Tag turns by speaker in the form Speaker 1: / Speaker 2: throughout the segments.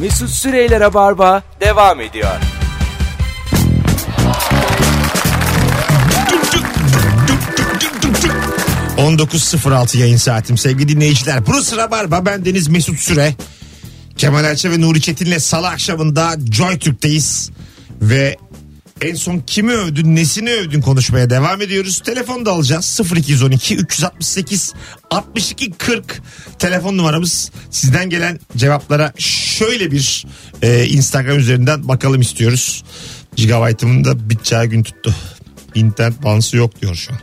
Speaker 1: Mesut Süreyler'e barba devam ediyor.
Speaker 2: Cuk, cuk, cuk, cuk, cuk, cuk, cuk. 19.06 yayın saatim sevgili dinleyiciler. Burası Rabarba ben Deniz Mesut Süre. Kemal Ayça ve Nuri Çetin'le salı akşamında Joy Türk'teyiz. Ve en son kimi övdün nesini övdün konuşmaya devam ediyoruz. Telefonu da alacağız 0212 368 62 40 telefon numaramız. Sizden gelen cevaplara şöyle bir e, Instagram üzerinden bakalım istiyoruz. Gigabyte'ımın da biteceği gün tuttu. İnternet bağlantısı yok diyor şu an.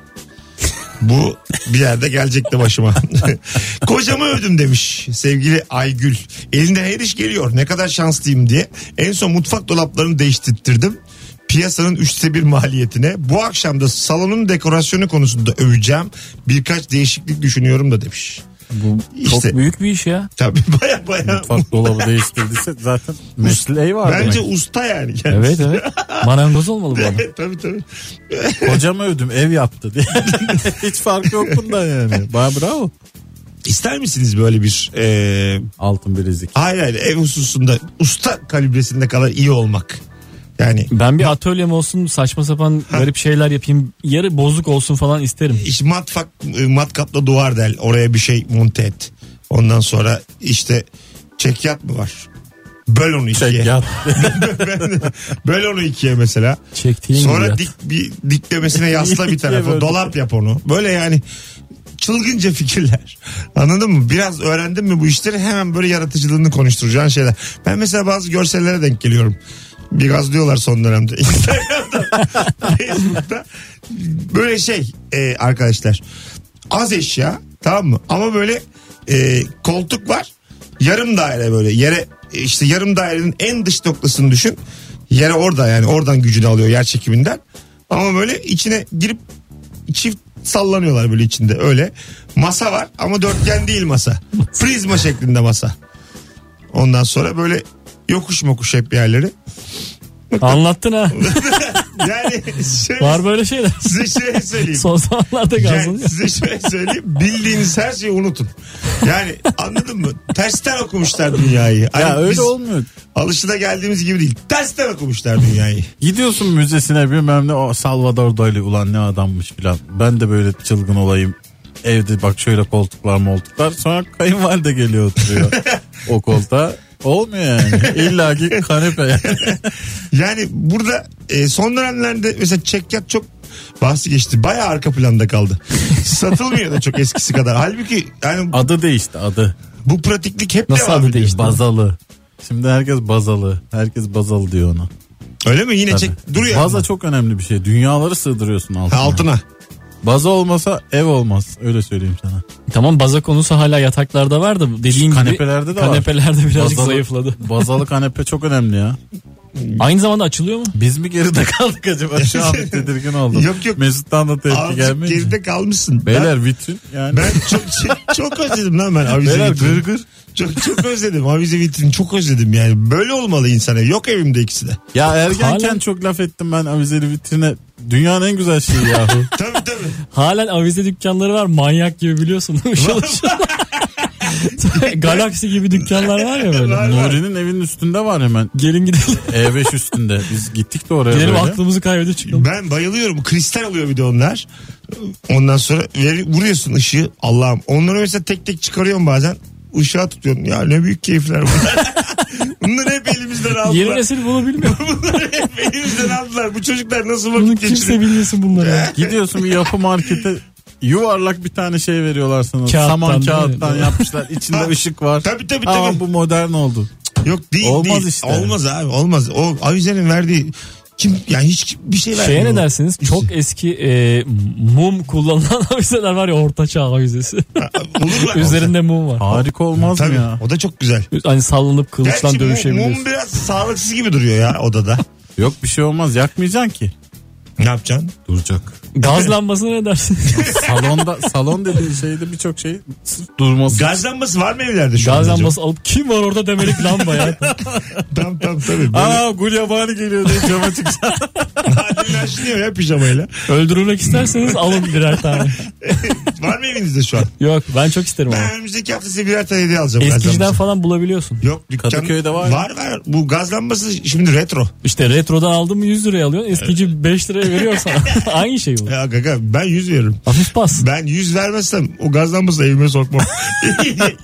Speaker 2: Bu bir yerde gelecekti başıma. Kocamı övdüm demiş sevgili Aygül. Elinde her iş geliyor ne kadar şanslıyım diye. En son mutfak dolaplarını değiştirttirdim. Piyasanın üçte bir maliyetine. Bu akşam da salonun dekorasyonu konusunda öveceğim. Birkaç değişiklik düşünüyorum da demiş.
Speaker 3: Bu
Speaker 2: İşte.
Speaker 3: çok büyük bir iş ya.
Speaker 2: Tabii baya baya.
Speaker 3: Mutfak dolabı değiştirdiyse zaten mesleği şey var
Speaker 2: Bence
Speaker 3: demek.
Speaker 2: usta yani.
Speaker 3: Evet evet. Marangoz olmalı bu adam.
Speaker 2: Evet, tabii tabii.
Speaker 3: Hocamı övdüm ev yaptı diye. Hiç fark yok bundan yani. Baya bravo.
Speaker 2: İster misiniz böyle bir e,
Speaker 3: Altın bilezik.
Speaker 2: Hayır hayır ev hususunda usta kalibresinde kadar iyi olmak. Yani
Speaker 4: Ben bir atölyem olsun saçma sapan garip şeyler yapayım. Yarı bozuk olsun falan isterim.
Speaker 2: iş matfak e, matkapla duvar del oraya bir şey monte et. Ondan sonra işte çekyat mı var? Böl onu ikiye.
Speaker 3: Çek yat.
Speaker 2: Böl onu ikiye mesela.
Speaker 4: Çektiğin gibi
Speaker 2: Sonra
Speaker 4: yat.
Speaker 2: dik bir diklemesine yasla bir
Speaker 3: İkiye
Speaker 2: tarafa.
Speaker 3: böl.
Speaker 2: Dolap yap onu. Böyle yani çılgınca fikirler. Anladın mı? Biraz öğrendin mi bu işleri hemen böyle yaratıcılığını konuşturacağın şeyler. Ben mesela bazı görsellere denk geliyorum. Bir gaz diyorlar son dönemde. Instagram'da, Facebook'ta böyle şey e, arkadaşlar. Az eşya tamam mı? Ama böyle e, koltuk var. Yarım daire böyle yere işte yarım dairenin en dış noktasını düşün. Yere orada yani oradan gücünü alıyor yer çekiminden. Ama böyle içine girip çift sallanıyorlar böyle içinde öyle. Masa var ama dörtgen değil masa. Prizma şeklinde masa. Ondan sonra böyle yokuş mokuş hep yerleri.
Speaker 4: Anlattın ha.
Speaker 2: Yani şöyle,
Speaker 4: Var böyle şeyler.
Speaker 2: size şöyle söyleyeyim.
Speaker 4: Son zamanlarda
Speaker 2: Yani
Speaker 4: gazlanıyor.
Speaker 2: size şöyle söyleyeyim. Bildiğiniz her şeyi unutun. Yani anladın mı? Tersten okumuşlar dünyayı. Hani
Speaker 3: Ya
Speaker 2: biz
Speaker 3: öyle olmuyor.
Speaker 2: Alışıda geldiğimiz gibi değil. Tersten okumuşlar dünyayı.
Speaker 3: Gidiyorsun müzesine bilmem ne o Salvador Dali ulan ne adammış filan. Ben de böyle çılgın olayım. Evde bak şöyle koltuklar moltuklar. Sonra kayınvalide geliyor oturuyor o koltuğa. Olmuyor yani. İlla ki kanepe. yani.
Speaker 2: Yani burada e, son dönemlerde mesela çekyat çok bahsi geçti. Bayağı arka planda kaldı. Satılmıyor da çok eskisi kadar. Halbuki yani
Speaker 3: Adı değişti adı.
Speaker 2: bu pratiklik hep
Speaker 4: Nasıl
Speaker 2: devam
Speaker 4: adı
Speaker 2: ediyor.
Speaker 4: değişti?
Speaker 3: Bazalı. Şimdi herkes bazalı. Herkes bazalı diyor ona.
Speaker 2: Öyle mi? Yine çek
Speaker 3: Tabii.
Speaker 2: duruyor.
Speaker 3: Baza
Speaker 2: ama.
Speaker 3: çok önemli bir şey. Dünyaları sığdırıyorsun altına.
Speaker 2: Ha, altına.
Speaker 3: Baza olmasa ev olmaz. Öyle söyleyeyim sana.
Speaker 4: Tamam baza konusu hala yataklarda var da dediğin gibi
Speaker 3: Kanepelerde de var.
Speaker 4: kanepelerde birazcık
Speaker 3: Bazalı-
Speaker 4: zayıfladı.
Speaker 3: Bazalı kanepe çok önemli ya.
Speaker 4: Aynı zamanda açılıyor mu?
Speaker 3: Biz mi geride kaldık acaba? Şu an bir tedirgin oldum.
Speaker 2: Yok, yok.
Speaker 3: Mesut'tan da tepki
Speaker 2: Azıcık
Speaker 3: gelmeyince.
Speaker 2: geride kalmışsın. Ben,
Speaker 3: Beyler vitrin yani.
Speaker 2: ben çok, çok, çok özledim lan ben avize
Speaker 3: Beyler gır
Speaker 2: vitrini.
Speaker 3: gır.
Speaker 2: Çok, çok özledim avize vitrini çok özledim yani. Böyle olmalı insana. Yok evimde ikisi de.
Speaker 3: Ya ergenken
Speaker 4: Hala-
Speaker 3: çok laf ettim ben avizeli vitrine. Dünyanın en güzel şeyi yahu.
Speaker 2: Tabii tabii.
Speaker 4: Halen avize dükkanları var manyak gibi biliyorsun. Işıl ışıl. Galaksi gibi dükkanlar var ya
Speaker 2: Var.
Speaker 4: böyle.
Speaker 3: Nuri'nin evinin üstünde var hemen.
Speaker 4: Gelin gidelim.
Speaker 3: E5 üstünde. Biz gittik de oraya
Speaker 4: Gidelim
Speaker 3: böyle.
Speaker 4: aklımızı kaybedip çıkalım.
Speaker 2: Ben bayılıyorum. Kristal oluyor bir de onlar. Ondan sonra veri- vuruyorsun ışığı. Allah'ım. Onları mesela tek tek çıkarıyorum bazen. Işığa tutuyorsun. Ya ne büyük keyifler bunlar. Bunları hep elimizden
Speaker 4: Yeni
Speaker 2: aldılar.
Speaker 4: nesil bunu bilmiyor.
Speaker 2: Bunları hep elimizden aldılar. Bu çocuklar nasıl
Speaker 4: Bunu
Speaker 2: vakit
Speaker 4: kimse
Speaker 2: geçiriyor?
Speaker 4: bilmesin bunları. ya.
Speaker 3: Gidiyorsun bir yapı markete yuvarlak bir tane şey veriyorlar sana.
Speaker 4: Kağıttan,
Speaker 3: Saman
Speaker 4: değil mi?
Speaker 3: kağıttan yapmışlar. İçinde ışık var.
Speaker 2: Tabii tabii tabii.
Speaker 3: Ama bu modern oldu.
Speaker 2: Yok değil
Speaker 3: Olmaz
Speaker 2: değil.
Speaker 3: işte.
Speaker 2: Olmaz abi olmaz. O avizenin verdiği kim yani hiç kim- bir şey vermiyor.
Speaker 4: Şeye ne
Speaker 2: o.
Speaker 4: dersiniz? Çok eski e, mum kullanılan avizeler var ya orta çağ avizesi.
Speaker 2: Olur mu?
Speaker 4: Üzerinde mum var.
Speaker 3: Harika olmaz
Speaker 2: Tabii.
Speaker 3: mı ya?
Speaker 2: O da çok güzel.
Speaker 4: Hani sallanıp
Speaker 2: Gerçi
Speaker 4: kılıçtan
Speaker 2: mum, mum
Speaker 4: dövüşebiliyorsun.
Speaker 2: biraz sağlıksız gibi duruyor ya odada.
Speaker 3: Yok bir şey olmaz yakmayacaksın ki.
Speaker 2: Ne yapacaksın?
Speaker 3: Duracak.
Speaker 4: Gaz lambasına ne dersin?
Speaker 3: Salonda salon dediğin şeyde birçok şey sırf durması.
Speaker 2: Gaz lambası var mı evlerde şu
Speaker 4: Gaz
Speaker 2: anda acaba?
Speaker 4: lambası alıp kim var orada demelik lamba ya.
Speaker 2: Tam tam tabii. Böyle
Speaker 3: Aa gulyabani geliyor diye cama çıkacak.
Speaker 2: halini aşınıyor ya pijamayla.
Speaker 4: Öldürülmek isterseniz alın birer tane.
Speaker 2: Var mı evinizde şu an?
Speaker 4: Yok ben çok isterim
Speaker 2: Ben
Speaker 4: ama.
Speaker 2: önümüzdeki hafta size birer tane hediye alacağım. gaz
Speaker 4: Eskiciden
Speaker 2: lambası.
Speaker 4: falan bulabiliyorsun.
Speaker 2: Yok dükkan.
Speaker 3: Kadıköy'de var.
Speaker 2: Var var. Bu gaz lambası şimdi retro.
Speaker 4: İşte retrodan aldın mı 100 liraya alıyorsun. Eskici 5 liraya veriyor sana. Aynı şey bu.
Speaker 2: Ya gaga ben 100 veririm.
Speaker 4: Hafif pas.
Speaker 2: Ben 100 vermezsem o gaz lambasını evime sokmam.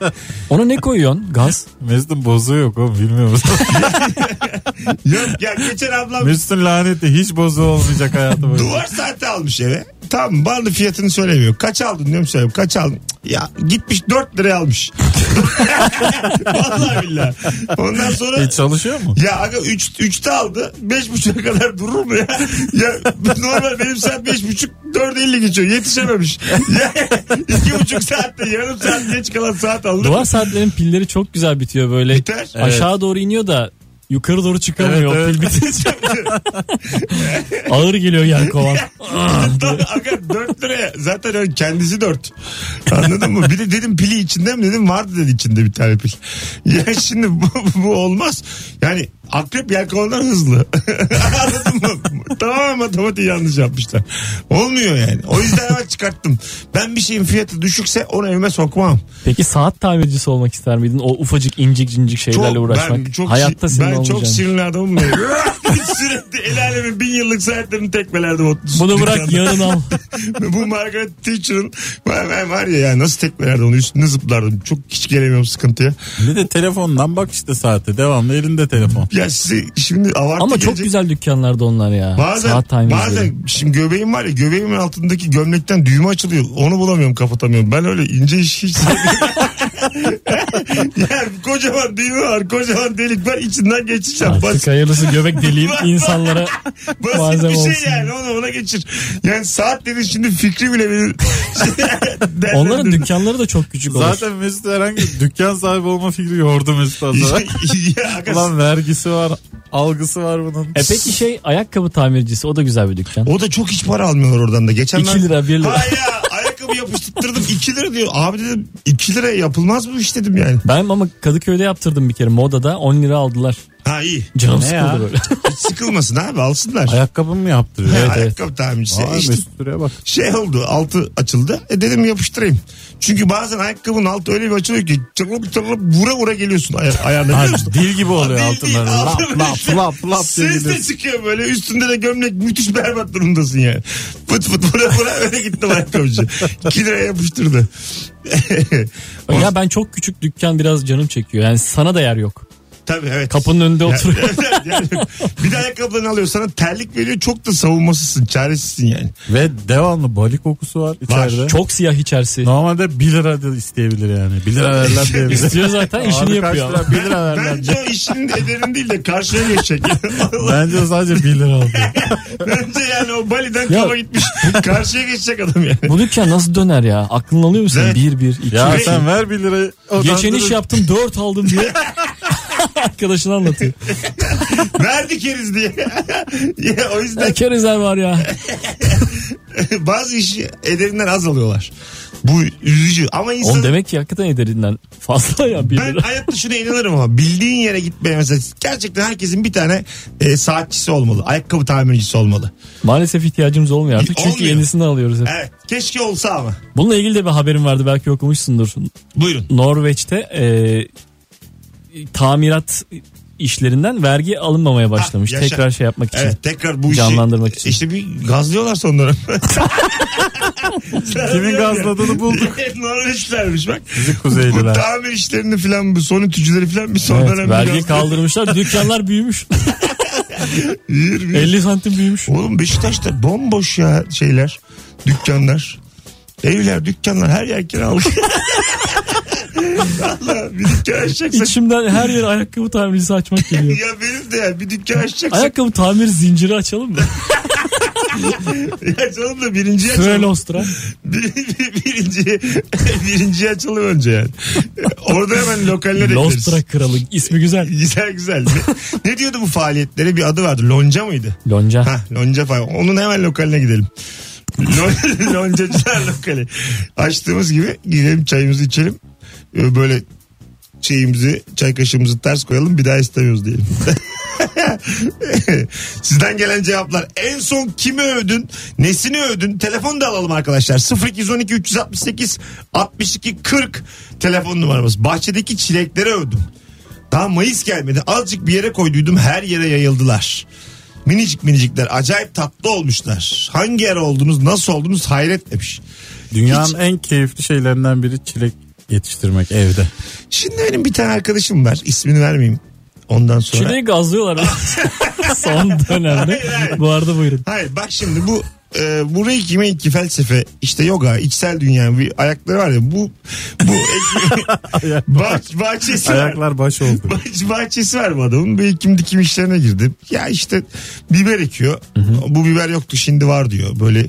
Speaker 4: Ona ne koyuyorsun? Gaz.
Speaker 3: Mesut'un bozuğu yok oğlum bilmiyor musun?
Speaker 2: Yok ya geçen ablam
Speaker 3: Mesut'un laneti hiç bozuğu olmayacak hayatı boyunca.
Speaker 2: duvar saati almış eve. Tamam bana da fiyatını söylemiyor. Kaç aldın diyorum söylüyorum. Kaç aldın? Cık, Ya gitmiş 4 liraya almış. Vallahi billahi. Ondan sonra
Speaker 3: E, çalışıyor mu?
Speaker 2: Ya aga 3 3'te aldı. 5.5'a kadar durur mu ya? Ya normal benim saat 5.5 4.50 geçiyor. Yetişememiş. Ya 2.5 saatte yarım saat geç kalan saat aldı.
Speaker 4: Duvar saatlerin pilleri çok güzel bitiyor böyle.
Speaker 2: Biter.
Speaker 4: Aşağı doğru iniyor da yukarı doğru çıkamıyor.
Speaker 3: Evet,
Speaker 4: Pil bitince. Ağır geliyor yer kovan.
Speaker 2: Aga 4 liraya. Zaten öyle kendisi 4. Anladın mı? Bir de dedim pili içinde mi dedim vardı dedi içinde bir tane pil. Ya şimdi bu, bu olmaz. Yani akrep yelkovanlar hızlı. Anladın mı? Tamam matematiği yanlış yapmışlar. Olmuyor yani. O yüzden hemen çıkarttım. Ben bir şeyin fiyatı düşükse onu evime sokmam.
Speaker 4: Peki saat tamircisi olmak ister miydin? O ufacık incik cincik şeylerle uğraşmak.
Speaker 2: Ben çok,
Speaker 4: Hayatta
Speaker 2: si-
Speaker 4: senin
Speaker 2: ben çok
Speaker 4: olmayacağını.
Speaker 2: sinirli adamım. benim. Sürekli el alemin bin yıllık saatlerini tekmelerde otursun.
Speaker 4: Bunu bırak yarın al.
Speaker 2: Bu Margaret Thatcher'ın var, var- var ya, ya nasıl tekmelerdi onu üstüne zıplardım. Çok hiç gelemiyorum sıkıntıya.
Speaker 3: Bir de telefondan bak işte saate devamlı elinde telefon.
Speaker 2: Ya size şimdi avartı
Speaker 4: Ama çok
Speaker 2: gelecek.
Speaker 4: güzel dükkanlarda onlar ya.
Speaker 2: Bazen,
Speaker 4: saat tamircileri.
Speaker 2: bazen şimdi göbeğim var ya göbeğimin altındaki gömlekten düğme açılıyor. Onu bulamıyorum kapatamıyorum. Ben öyle ince iş hiç sevmiyorum. yani kocaman düğme var kocaman delik var içinden geçeceğim.
Speaker 4: Artık
Speaker 2: Basit,
Speaker 4: hayırlısı göbek deliği
Speaker 2: Bas-
Speaker 4: insanlara
Speaker 2: basit
Speaker 4: malzeme
Speaker 2: bir şey
Speaker 4: olsun.
Speaker 2: yani onu ona geçir. Yani saat dedin şimdi fikri bile benim.
Speaker 4: Onların dükkanları da çok küçük olur.
Speaker 3: Zaten Mesut herhangi bir dükkan sahibi olma fikri yordu Mesut az sonra.
Speaker 2: ya, aga,
Speaker 3: Ulan vergisi var, algısı var bunun.
Speaker 4: E peki şey ayakkabı tamircisi o da güzel bir dükkan.
Speaker 2: O da çok hiç para almıyor oradan da. Geçen
Speaker 4: İki lira, bir lira.
Speaker 2: Ha ya ayakkabı yapıştırdım 2 lira diyor. Abi dedim 2 lira yapılmaz bu iş dedim yani.
Speaker 4: Ben ama Kadıköy'de yaptırdım bir kere modada 10 lira aldılar.
Speaker 2: Ha iyi.
Speaker 4: Canım
Speaker 3: Ne ya?
Speaker 4: sıkıldı böyle.
Speaker 2: Hiç sıkılmasın abi alsınlar.
Speaker 3: Ayakkabı mı yaptırıyor?
Speaker 2: Ha,
Speaker 4: evet.
Speaker 2: ayakkabı tamircisi.
Speaker 3: Vay
Speaker 2: İşte
Speaker 3: Mesut Süre'ye bak.
Speaker 2: şey oldu altı açıldı. E dedim yapıştırayım. Çünkü bazen ayakkabının altı öyle bir açılıyor ki çırılıp çırılıp vura vura geliyorsun aya ayağına biliyor musun?
Speaker 3: dil gibi oluyor
Speaker 2: Değil, değil,
Speaker 3: altından. Lap
Speaker 2: altı böyle
Speaker 3: lap lap lap diye
Speaker 2: Ses de
Speaker 3: gidiyor.
Speaker 2: çıkıyor böyle üstünde de gömlek müthiş berbat durumdasın yani. Pıt pıt bura bura öyle gittim ayakkabıcı. 2 liraya yapıştırdı.
Speaker 4: ya ben çok küçük dükkan biraz canım çekiyor. Yani sana da yer yok.
Speaker 2: Tabii evet.
Speaker 4: Kapının önünde
Speaker 2: Ya-
Speaker 4: oturuyor.
Speaker 2: yani bir de ayakkabılarını alıyor sana terlik veriyor çok da savunmasızsın çaresizsin yani.
Speaker 3: Ve devamlı bali kokusu var içeride.
Speaker 4: Çok siyah içerisi.
Speaker 3: Normalde 1 lira da isteyebilir yani. 1 lira verler diyebilir.
Speaker 4: İstiyor zaten işini
Speaker 3: Abi kaç
Speaker 4: şey yapıyor. ama.
Speaker 3: lira? 1 lira verler.
Speaker 2: Bence o işin ederin değil de karşıya geçecek. Allah,
Speaker 3: Bence sadece 1 lira oldu.
Speaker 2: Bence yani o Bali'den
Speaker 4: Ya-
Speaker 2: kafa gitmiş. Karşıya geçecek adam yani.
Speaker 4: Bu dükkan nasıl döner ya? Aklın alıyor musun?
Speaker 2: Evet.
Speaker 4: Bir bir iki.
Speaker 3: ya
Speaker 4: iki.
Speaker 3: sen ver 1 lirayı. Odan
Speaker 4: Geçen iş
Speaker 3: durur.
Speaker 4: yaptım dört aldım diye. Arkadaşına anlatıyor.
Speaker 2: Verdi keriz diye. ya, o yüzden
Speaker 4: Ne kerizler var ya.
Speaker 2: bazı işi ederinden az alıyorlar. Bu üzücü. Ama insan...
Speaker 4: On demek ki hakikaten ederinden fazla ya bir
Speaker 2: Ben
Speaker 4: lira.
Speaker 2: hayatta şuna inanırım ama bildiğin yere gitmeye mesela gerçekten herkesin bir tane e, saatçisi olmalı. Ayakkabı tamircisi olmalı.
Speaker 4: Maalesef ihtiyacımız olmuyor artık çünkü
Speaker 2: Olmuyor.
Speaker 4: yenisini alıyoruz hep.
Speaker 2: Evet. Keşke olsa ama.
Speaker 4: Bununla ilgili de bir haberim vardı belki okumuşsundur.
Speaker 2: Buyurun.
Speaker 4: Norveç'te e, tamirat işlerinden vergi alınmamaya başlamış.
Speaker 2: Ah, yaşa.
Speaker 4: Tekrar şey yapmak için.
Speaker 2: Evet tekrar bu işi
Speaker 4: Canlandırmak için.
Speaker 2: İşte bir gazlıyorlar son dönem. Sana
Speaker 3: Kimin
Speaker 2: diyorum ya.
Speaker 3: gazladığını bulduk.
Speaker 2: Norveçlermiş bak.
Speaker 3: Bizi
Speaker 2: Bu
Speaker 3: kuzeyliler.
Speaker 2: tamir işlerini filan bu son ütücüleri filan bir son
Speaker 4: Evet,
Speaker 2: dönem.
Speaker 4: vergi
Speaker 2: biraz-
Speaker 4: kaldırmışlar. Dükkanlar büyümüş.
Speaker 2: Yürü, yürü.
Speaker 4: 50 santim büyümüş.
Speaker 2: Oğlum Beşiktaş'ta bomboş ya şeyler. Dükkanlar. Evler, dükkanlar her yer kiralık. Valla bir dükkan açacaksak.
Speaker 4: İçimden her yere ayakkabı tamircisi açmak geliyor.
Speaker 2: ya benim de ya bir dükkan açacaksak.
Speaker 4: Ayakkabı tamir zinciri açalım mı?
Speaker 2: ya canım da birinci
Speaker 4: Sürel
Speaker 2: açalım.
Speaker 4: Ostra.
Speaker 2: Bir, bir- birinci, birinci açalım önce yani. Orada hemen lokaller ekleriz.
Speaker 4: Lostra kralı. ismi güzel.
Speaker 2: Güzel güzel. Ne, ne diyordu bu faaliyetlere? Bir adı vardı. Lonca mıydı?
Speaker 4: Lonca.
Speaker 2: Ha, lonca falan. Onun hemen lokaline gidelim. Lon- Loncacılar lokali. Açtığımız gibi gidelim çayımızı içelim. Ee, Böyle şeyimizi, çay kaşığımızı ters koyalım bir daha istemiyoruz diyelim. Sizden gelen cevaplar. En son kimi övdün? Nesini övdün? Telefon da alalım arkadaşlar. 0212 368 62 40 telefon numaramız. Bahçedeki çilekleri övdüm. Daha Mayıs gelmedi. Azıcık bir yere koyduydum her yere yayıldılar. Minicik minicikler acayip tatlı olmuşlar. Hangi yer oldunuz nasıl oldunuz hayret demiş.
Speaker 3: Dünyanın en keyifli şeylerinden biri çilek yetiştirmek evde.
Speaker 2: Şimdi benim bir tane arkadaşım var ismini vermeyeyim. Ondan sonra.
Speaker 4: Çileği gazlıyorlar. Son dönemde.
Speaker 2: Hayır, hayır.
Speaker 4: Bu arada buyurun.
Speaker 2: Hayır bak şimdi bu e, bu reiki meiki felsefe işte yoga içsel dünya bir ayakları var ya bu bu bah, bahçesi var.
Speaker 3: Ayaklar baş oldu.
Speaker 2: Bah- bahçesi var bu adamın. Bir ekim dikim işlerine girdi. Ya işte biber ekiyor. Bu biber yoktu şimdi var diyor. Böyle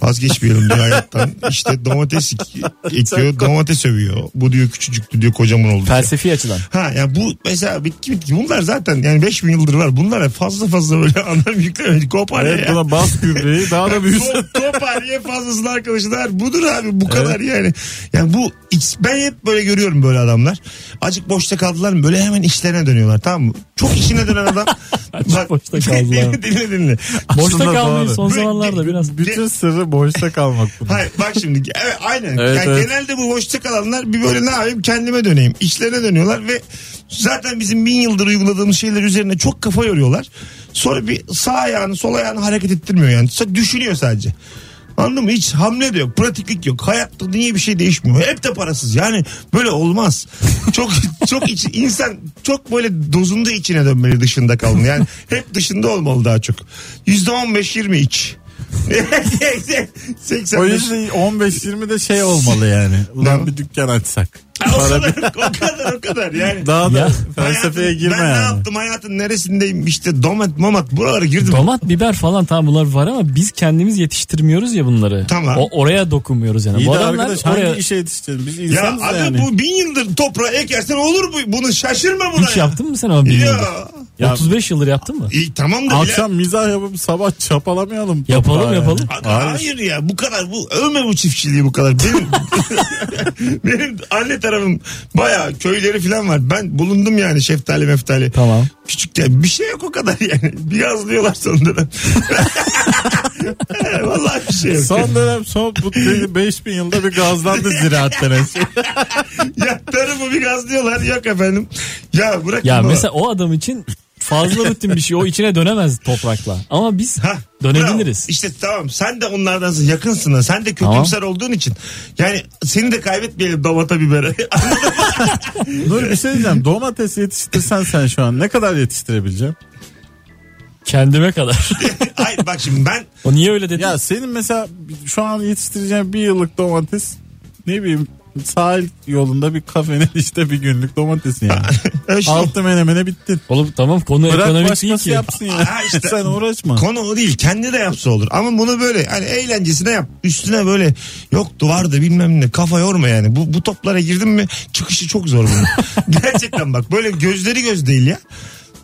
Speaker 2: vazgeçmeyelim diyor hayattan. İşte domates ek- ekiyor. domates övüyor. Bu diyor küçücüktü diyor kocaman oldu. diyor.
Speaker 4: Felsefi açıdan.
Speaker 2: Ha ya bu mesela bitki bitki bunlar zaten yani 5000 yıldır var. Bunlara fazla fazla böyle anlam yüklemedik. Kopar
Speaker 3: Evet
Speaker 2: ya.
Speaker 3: buna bas gübreyi daha da büyüsün.
Speaker 2: Top- Topar ye fazlasını arkadaşlar. Budur abi bu kadar yani. Yani bu iç- ben hep böyle görüyorum böyle adamlar. Acık boşta kaldılar mı böyle hemen işlerine dönüyorlar tamam mı? Çok işine dönen adam. Bak,
Speaker 4: boşta
Speaker 2: Dinle
Speaker 4: kaldılar.
Speaker 2: dinle. dinle.
Speaker 4: Boşta
Speaker 3: Aslında
Speaker 4: kalmayı
Speaker 3: doğru.
Speaker 4: son
Speaker 2: Böyle-
Speaker 4: zamanlarda biraz.
Speaker 3: Bütün sırrı boşta kalmak bunun.
Speaker 2: Hayır bak şimdi evet aynen.
Speaker 3: Evet,
Speaker 2: yani
Speaker 3: evet.
Speaker 2: Genelde bu boşta kalanlar bir böyle ne yapayım kendime döneyim. İşlerine dönüyorlar ve zaten bizim bin yıldır uyguladığımız şeyler üzerine çok kafa yoruyorlar. Sonra bir sağ ayağını sol ayağını hareket ettirmiyor yani. Sa- Düşünüyor sadece. Anladın mı? Hiç hamle de yok. Pratiklik yok. Hayatta niye bir şey değişmiyor. Hep de parasız. Yani böyle olmaz. Çok çok iç- insan çok böyle dozunda içine dönmeli dışında kalın. Yani hep dışında olmalı daha çok. %15-20 iç. 85.
Speaker 3: O yüzden 15-20 de şey olmalı yani.
Speaker 2: Ne?
Speaker 3: Ulan bir dükkan açsak.
Speaker 2: o kadar, o kadar, o kadar yani.
Speaker 3: Daha da
Speaker 4: Ya.
Speaker 3: felsefeye
Speaker 2: Hayatın-
Speaker 3: girme
Speaker 2: Ben ne
Speaker 3: yani.
Speaker 2: yaptım hayatın neresindeyim işte domat mamat buralara girdim.
Speaker 4: Domat, biber falan tam bunlar var ama biz kendimiz yetiştirmiyoruz ya bunları.
Speaker 2: Tamam.
Speaker 4: O, oraya dokunmuyoruz yani.
Speaker 3: İyi
Speaker 4: bu
Speaker 3: de
Speaker 4: adamlar
Speaker 3: arkadaş
Speaker 4: oraya
Speaker 3: hangi işe yetiştirelim? Biz
Speaker 2: ya
Speaker 3: insanız
Speaker 2: abi
Speaker 3: yani.
Speaker 2: bu bin yıldır toprağa ekersen olur bu. Bunu şaşırma buna.
Speaker 4: hiç
Speaker 2: ya.
Speaker 4: yaptın mı sen ama bilmiyorum.
Speaker 2: Ya.
Speaker 3: Ya-
Speaker 4: 35 yıldır yaptın mı?
Speaker 2: İyi, tamam da bile-
Speaker 3: Akşam mizah yapıp sabah çapalamayalım. toprağı
Speaker 4: Yapalım,
Speaker 3: yani.
Speaker 4: yapalım.
Speaker 2: Aga,
Speaker 3: Hayır.
Speaker 2: Hayır ya bu kadar bu övme bu çiftçiliği bu kadar. Benim, benim anne tarafım bayağı köyleri falan var. Ben bulundum yani şeftali meftali.
Speaker 4: Tamam.
Speaker 2: Küçükken bir şey yok o kadar yani. Bir yazlıyorlar sonunda da. Vallahi bir şey yok.
Speaker 3: Son dönem son bu dedi 5000 yılda bir gazlandı ziraat denen şey.
Speaker 2: ya tarımı bir gazlıyorlar yok efendim. Ya bırakın
Speaker 4: Ya
Speaker 2: bana.
Speaker 4: mesela o adam için fazla rutin bir şey. O içine dönemez toprakla. Ama biz
Speaker 2: Hah,
Speaker 4: dönebiliriz.
Speaker 2: bravo. İşte tamam sen de onlardansın yakınsın da sen de kötümser olduğun için. Yani seni de kaybetmeyelim domata biberi.
Speaker 3: Dur bir şey diyeceğim. Domates yetiştirsen sen şu an ne kadar yetiştirebileceksin?
Speaker 4: Kendime kadar.
Speaker 2: Hayır bak şimdi ben
Speaker 4: o niye öyle dedi?
Speaker 3: Ya senin mesela şu an yetiştireceğin bir yıllık domates ne bileyim sahil yolunda bir kafenin işte bir günlük domatesin yani.
Speaker 2: Öyle şey-
Speaker 3: Altı menemene bittin.
Speaker 4: Oğlum tamam konu
Speaker 3: Bırak
Speaker 4: ekonomik değil
Speaker 3: başkası
Speaker 4: ki.
Speaker 3: yapsın ya.
Speaker 2: Ha işte.
Speaker 3: Sen uğraşma.
Speaker 2: Konu o değil. Kendi de yapsa olur. Ama bunu böyle hani eğlencesine yap. Üstüne böyle yok duvardı bilmem ne. Kafa yorma yani. Bu, bu toplara girdin mi çıkışı çok zor bunun. Gerçekten bak böyle gözleri göz değil ya.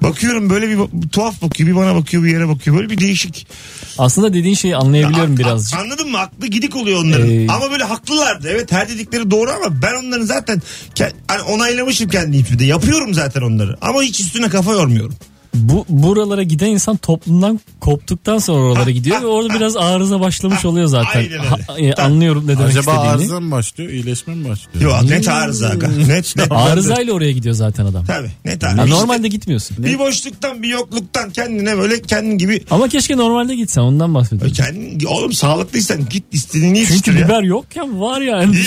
Speaker 2: Bakıyorum böyle bir ba- tuhaf bakıyor. Bir bana bakıyor bir yere bakıyor. Böyle bir değişik.
Speaker 4: Aslında dediğin şeyi anlayabiliyorum
Speaker 2: A- a-
Speaker 4: birazcık.
Speaker 2: Anladın mı? Aklı gidik oluyor onların.
Speaker 4: Ee.
Speaker 2: Ama böyle haklılardı. Evet her dedikleri doğru ama ben onların zaten ke- hani onaylamışım kendi ipimde. Yapıyorum zaten onları. Ama hiç üstüne kafa yormuyorum.
Speaker 4: Bu buralara giden insan toplumdan koptuktan sonra oralara gidiyor
Speaker 2: ah,
Speaker 4: ve orada biraz arıza başlamış oluyor zaten.
Speaker 2: aynen öyle.
Speaker 4: Ha- e, anlıyorum ne demek
Speaker 3: Acaba
Speaker 4: istediğini.
Speaker 3: arıza mı başlıyor, iyileşme mi başlıyor?
Speaker 2: Yok
Speaker 4: Ee.
Speaker 2: net arıza. aga. Net, net
Speaker 4: Arızayla oraya gidiyor zaten adam.
Speaker 2: Tabii net arıza.
Speaker 4: Ya
Speaker 2: İşte-
Speaker 4: normalde gitmiyorsun.
Speaker 2: Bir boşluktan bir yokluktan kendine böyle kendin gibi
Speaker 4: Ama keşke normalde gitsen ondan bahsediyorum.
Speaker 2: kendin oğlum sağlıklıysan git istediğini
Speaker 4: Çünkü
Speaker 2: yetiştir ya.
Speaker 4: biber yokken var yani.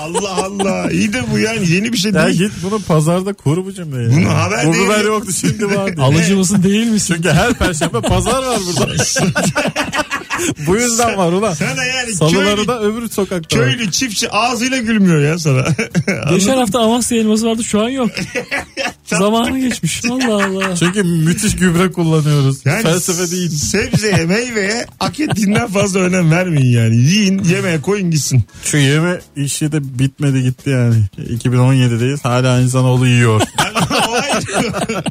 Speaker 2: Allah Allah iyi de bu yani yeni bir şey
Speaker 3: Ya
Speaker 2: değil.
Speaker 3: git bunu pazarda kuru bu cümleyi.
Speaker 2: Bunu haber
Speaker 3: Bu
Speaker 2: değil.
Speaker 3: biber yoktu şimdi var. diye.
Speaker 4: Alıcı mısın değil misin?
Speaker 3: Çünkü her perşembe pazar var burada. bu yüzden var ulan.
Speaker 2: Sana yani köylü,
Speaker 3: Salıları da öbür sokakta var.
Speaker 2: köylü çiftçi ağzıyla gülmüyor ya sana.
Speaker 4: Geçen hafta Amasya elması vardı şu an yok. Zamanı geçmiş. Allah Allah.
Speaker 3: Çünkü müthiş gübre kullanıyoruz. Felsefe değil.
Speaker 2: Sebzeye meyveye hak ettiğinden fazla önem vermeyin yani. Yiyin yemeğe koyun gitsin.
Speaker 3: Şu yeme işi de bitmedi gitti yani. 2017'deyiz. Hala insanoğlu yiyor.
Speaker 2: Olay bu.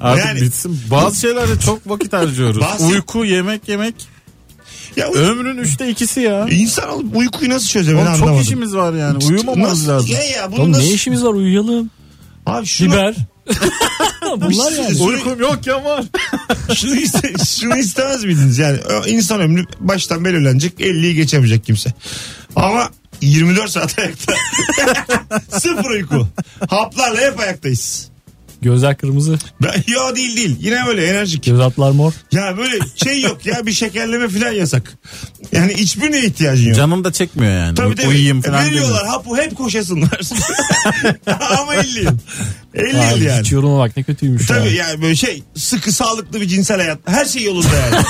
Speaker 3: Artık
Speaker 2: Yani-
Speaker 3: bitsin. Bazı şeylerde çok vakit harcıyoruz.
Speaker 2: Bazı-
Speaker 3: Uyku, yemek, yemek.
Speaker 2: ya uy-
Speaker 3: Ömrün üçte ikisi ya.
Speaker 2: insan olup uykuyu nasıl çözemedi
Speaker 3: Oğlum
Speaker 2: anlamadım.
Speaker 3: çok işimiz var yani. Uyumamamız
Speaker 2: Nasıl-
Speaker 3: lazım.
Speaker 2: Ya ya bunu
Speaker 4: Oğlum
Speaker 2: nasıl?
Speaker 4: ne işimiz var uyuyalım.
Speaker 2: Abi şunu,
Speaker 4: Biber. Bunlar yani.
Speaker 2: Siz-
Speaker 3: Uykum yok ya var.
Speaker 2: şunu, iste, şunu istemez miydiniz? Yani ö- insan ömrü baştan belirlenecek 50'yi geçemeyecek kimse. Ama 24 saat ayakta. Sıfır uyku. Haplarla hep ayaktayız.
Speaker 4: Gözler kırmızı.
Speaker 2: Ben, yo değil değil. Yine böyle enerjik.
Speaker 4: Göz altlar mor.
Speaker 2: Ya böyle şey yok ya bir şekerleme falan yasak. Yani hiçbirine ihtiyacın yok.
Speaker 3: Canım da çekmiyor yani.
Speaker 2: Tabii tabii.
Speaker 3: Uyuyayım falan
Speaker 2: Veriyorlar hapu hep koşasınlar. Ama 50 yıl. 50 yıl
Speaker 4: Abi,
Speaker 2: yani.
Speaker 4: Hiç yoruma bak ne kötüymüş.
Speaker 2: Tabii
Speaker 4: ya.
Speaker 2: yani böyle şey sıkı sağlıklı bir cinsel hayat. Her şey yolunda yani.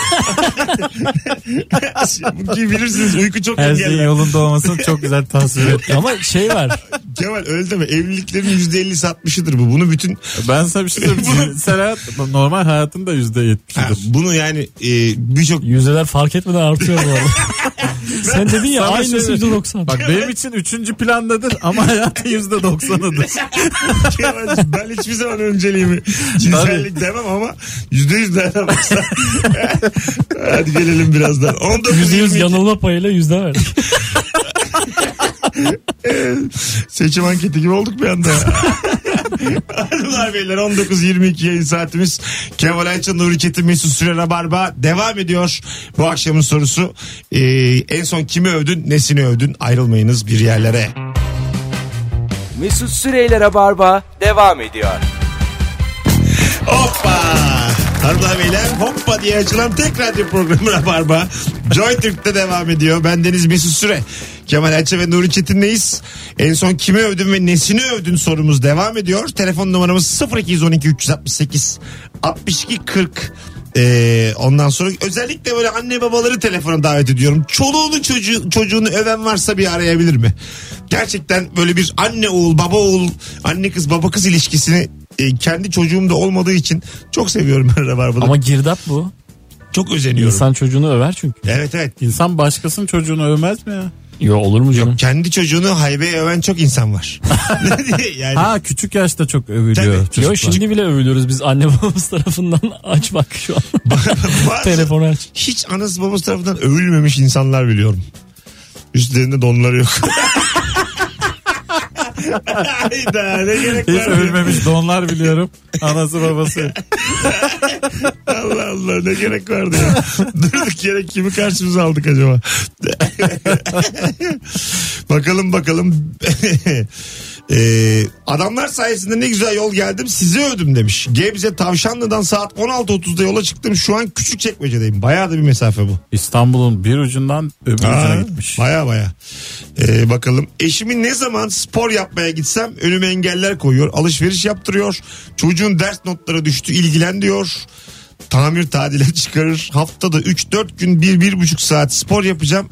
Speaker 2: Ki bilirsiniz uyku çok
Speaker 3: Her şeyin
Speaker 4: şey
Speaker 2: engeller.
Speaker 3: yolunda olmasını çok güzel tasvir ettim.
Speaker 4: Ama şey var.
Speaker 2: Kemal öyle deme. Evliliklerin %50'si 60'ıdır bu. Bunu bütün
Speaker 3: Ben sana bir şey söyleyeyim. Sen hayat- normal hayatın da yüzde
Speaker 2: Ha,
Speaker 3: yetmişidir.
Speaker 2: bunu yani e, birçok
Speaker 4: Yüzdeler fark etmeden artıyor bu arada. Sen dedin ya
Speaker 3: Sana
Speaker 4: aynısı
Speaker 3: şöyle-
Speaker 4: yüzde doksan.
Speaker 3: Bak benim için üçüncü plandadır ama hayatın yüzde doksanıdır.
Speaker 2: Kemal'cim ben hiçbir zaman önceliğimi cinsellik demem ama %100 nereden baksan. Hadi gelelim birazdan. 19
Speaker 4: Yüzde yüz
Speaker 2: 22.
Speaker 4: yanılma payıyla yüzde ver.
Speaker 2: Seçim anketi gibi olduk bir anda. Hanımlar beyler 19.22 yayın saatimiz. Kemal Ayça, Nuri Çetin, Mesut Süre Rabarba devam ediyor. Bu akşamın sorusu e, en son kimi övdün, nesini övdün ayrılmayınız bir yerlere.
Speaker 1: Mesut Süreyler'e barba devam ediyor.
Speaker 2: Hoppa. Hanımlar beyler hoppa diye açılan tek radyo programı Rabarba. Joy Türk'te devam ediyor. Ben Deniz Mesut Süre. Kemal Ayça ve Nuri Çetin'leyiz. En son kimi övdün ve nesini övdün sorumuz devam ediyor. Telefon numaramız 0212 368 62 40. Ee, ondan sonra özellikle böyle anne babaları telefona davet ediyorum. Çoluğunu çocuğu, çocuğunu öven varsa bir arayabilir mi? Gerçekten böyle bir anne oğul baba oğul anne kız baba kız ilişkisini e, kendi çocuğum da olmadığı için çok seviyorum ben Rabarba'da.
Speaker 4: Ama girdap bu.
Speaker 2: çok özeniyorum.
Speaker 4: İnsan çocuğunu över çünkü.
Speaker 2: Evet evet.
Speaker 3: İnsan başkasının çocuğunu övmez mi ya?
Speaker 4: Yo olur mu canım?
Speaker 2: Kendi çocuğunu haybeye öven çok insan var. yani
Speaker 3: Ha küçük yaşta çok övülüyor.
Speaker 2: Tabii.
Speaker 4: Yo
Speaker 3: çocuklar.
Speaker 4: şimdi bile övülüyoruz biz anne babamız tarafından. Aç bak şu an.
Speaker 2: bazı-
Speaker 4: Telefonu aç.
Speaker 2: hiç anası babası tarafından övülmemiş insanlar biliyorum. Üstlerinde donları yok. Hayda ne gerek
Speaker 3: Hiç
Speaker 2: var?
Speaker 3: övülmemiş donlar biliyorum. Anası babası.
Speaker 2: Allah Allah ne gerek vardı ya. Durduk yere kimi karşımıza aldık acaba? bakalım bakalım. Ee, adamlar sayesinde ne güzel yol geldim sizi övdüm demiş. Gebze Tavşanlı'dan saat 16.30'da yola çıktım. Şu an küçük çekmecedeyim. Bayağı da bir mesafe bu.
Speaker 3: İstanbul'un bir ucundan öbür ucuna gitmiş.
Speaker 2: Baya baya. Ee, bakalım. Eşimi ne zaman spor yapmaya gitsem önüme engeller koyuyor. Alışveriş yaptırıyor. Çocuğun ders notları düştü ilgilen diyor. Tamir tadilat çıkarır. Haftada 3-4 gün 1-1,5 saat spor yapacağım.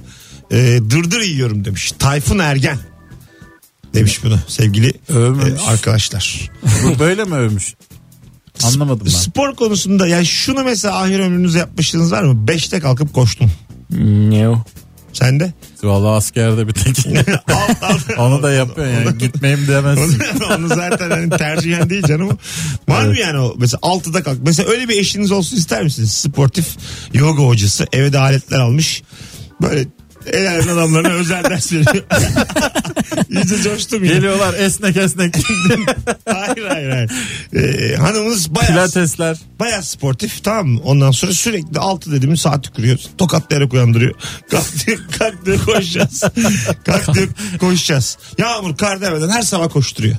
Speaker 2: Ee, dırdır yiyorum demiş. Tayfun Ergen demiş bunu sevgili
Speaker 3: Övmemiş.
Speaker 2: e, arkadaşlar.
Speaker 3: Bu böyle mi övmüş? Anlamadım ben.
Speaker 2: Spor konusunda yani şunu mesela ahir ömrünüzde yapmışlığınız var mı? 5'te kalkıp koştum.
Speaker 4: Ne o?
Speaker 2: Sen de?
Speaker 3: Vallahi askerde bir tek.
Speaker 2: Alt, alt.
Speaker 3: Onu da yapıyor yani. Gitmeyeyim demezsin.
Speaker 2: Onu, onu zaten hani tercihen değil canım. Var mı yani o mesela 6'da kalk. Mesela öyle bir eşiniz olsun ister misiniz? Sportif yoga hocası eve de aletler almış. Böyle el alemin adamlarına özel ders veriyor. İyice coştum ya.
Speaker 3: Geliyorlar esnek esnek.
Speaker 2: Hayır hayır hayır. Ee, hanımınız bayağı,
Speaker 3: Pilatesler.
Speaker 2: bayağı sportif tamam mı? Ondan sonra sürekli 6 dediğimin saati kuruyor. Tokatlayarak uyandırıyor. Kalk diyor, kalk diyor koşacağız. kalk diyor koşacağız. Yağmur kar demeden her sabah koşturuyor.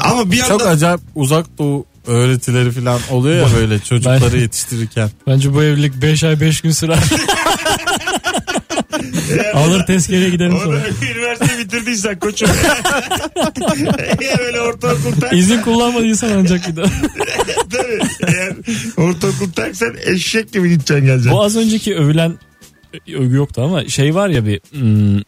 Speaker 2: Ama bir yandan
Speaker 3: Çok acayip uzak doğu öğretileri falan oluyor ya böyle çocukları yetiştirirken.
Speaker 4: Bence bu evlilik 5 ay 5 gün sürer. Alır tezkereye gidelim
Speaker 2: Onu
Speaker 4: sonra.
Speaker 2: üniversite bitirdiysen koçum. eğer öyle ortaokul tak.
Speaker 4: İzin kullanmadıysan ancak bir de.
Speaker 2: Tabii. Eğer ortaokul taksan eşek gibi gideceksin geleceksin.
Speaker 4: Bu az önceki övülen övgü yoktu ama şey var ya bir hmm,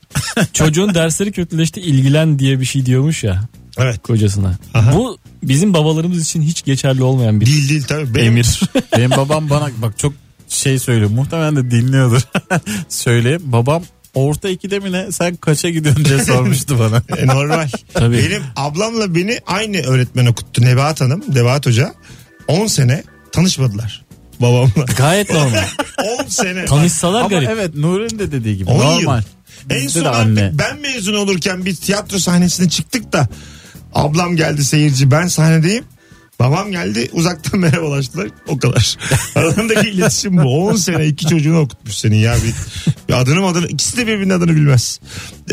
Speaker 4: çocuğun dersleri kötüleşti ilgilen diye bir şey diyormuş ya.
Speaker 2: Evet.
Speaker 4: kocasına. Bu bizim babalarımız için hiç geçerli olmayan bir
Speaker 2: Dil dil tabii. Benim,
Speaker 4: emir.
Speaker 3: Benim babam bana bak çok şey söylüyor. Muhtemelen de dinliyordur. Söyleyeyim. Babam orta ikide mi ne sen kaça gidiyorsun diye sormuştu bana.
Speaker 2: E, normal.
Speaker 4: Tabii.
Speaker 2: Benim ablamla beni aynı öğretmen okuttu. Nebahat Hanım, Nebahat Hoca. 10 sene tanışmadılar babamla.
Speaker 4: Gayet normal.
Speaker 2: 10 sene.
Speaker 4: Tanışsalar
Speaker 3: Ama
Speaker 4: garip.
Speaker 3: evet Nuri'nin de dediği gibi
Speaker 2: 10
Speaker 3: normal.
Speaker 2: yıl. En
Speaker 3: Bizde
Speaker 2: son
Speaker 3: de
Speaker 2: artık
Speaker 3: anne.
Speaker 2: ben mezun olurken bir tiyatro sahnesine çıktık da ablam geldi seyirci ben sahnedeyim. Babam geldi uzaktan merhabalaştılar o kadar. Aralarındaki iletişim bu. 10 sene iki çocuğunu okutmuş senin ya. Bir, bir adını mı adını ikisi de birbirinin adını bilmez.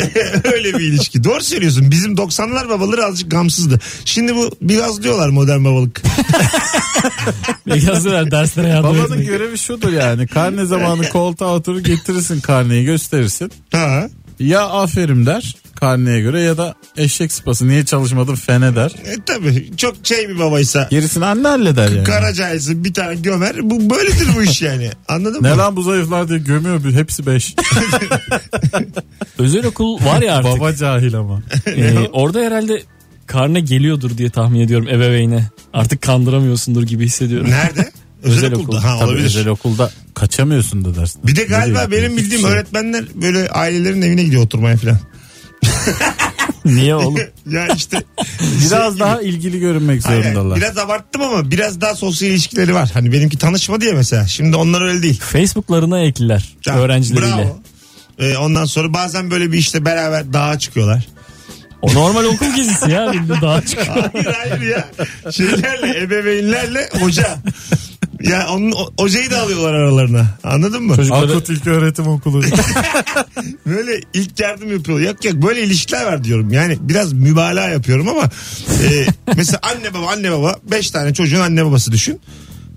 Speaker 2: Öyle bir ilişki. Doğru söylüyorsun. Bizim 90'lar babaları azıcık gamsızdı. Şimdi bu biraz diyorlar modern babalık.
Speaker 4: Yazdılar derslere yardım
Speaker 3: Babanın
Speaker 4: etmek.
Speaker 3: görevi şudur yani. Karne zamanı koltuğa oturur getirirsin karneyi gösterirsin.
Speaker 2: Ha.
Speaker 3: Ya aferin der karneye göre ya da eşek sıpası niye çalışmadın fene der.
Speaker 2: E, tabii çok şey bir babaysa.
Speaker 3: Gerisini anne halleder yani.
Speaker 2: Karacayısı bir tane gömer. Bu böyledir bu iş yani. Anladın
Speaker 3: ne
Speaker 2: mı?
Speaker 3: lan bu zayıflar diye gömüyor bir- hepsi beş.
Speaker 4: Özel okul var ya artık.
Speaker 3: Baba cahil ama.
Speaker 4: Ee, orada herhalde karne geliyordur diye tahmin ediyorum ebeveyne. Artık kandıramıyorsundur gibi hissediyorum.
Speaker 2: Nerede? Özel,
Speaker 4: Özel
Speaker 2: okulda.
Speaker 4: okul.
Speaker 2: Ha,
Speaker 3: Tabii
Speaker 2: olabilir.
Speaker 3: özel okulda kaçamıyorsun da dersten.
Speaker 2: Bir de galiba
Speaker 3: Nereye
Speaker 2: benim
Speaker 3: gidiyorsun?
Speaker 2: bildiğim
Speaker 3: Hiçbir şey.
Speaker 2: öğretmenler böyle ailelerin evine gidiyor oturmaya falan.
Speaker 4: Niye oğlum?
Speaker 2: ya işte
Speaker 3: Biraz daha ilgili görünmek
Speaker 2: Hayır,
Speaker 3: zorundalar.
Speaker 2: biraz abarttım ama biraz daha sosyal ilişkileri var. Hani benimki tanışma diye mesela. Şimdi onlar öyle değil.
Speaker 4: Facebook'larına ekliler
Speaker 2: Ya,
Speaker 4: öğrencileriyle.
Speaker 2: Bravo. Ee, ondan sonra bazen böyle bir işte beraber dağa çıkıyorlar.
Speaker 4: O normal okul gezisi ya. Bildiğin Daha çık.
Speaker 2: Hayır hayır ya. Şeylerle ebeveynlerle hoca. Ya onun o- hocayı da alıyorlar aralarına. Anladın mı?
Speaker 3: Akut İlköğretim Okulu.
Speaker 2: Böyle ilk yardım yapıyor. Yok yok böyle ilişkiler var diyorum. Yani biraz mübalağa yapıyorum ama e, mesela anne baba anne baba 5 tane çocuğun anne babası düşün.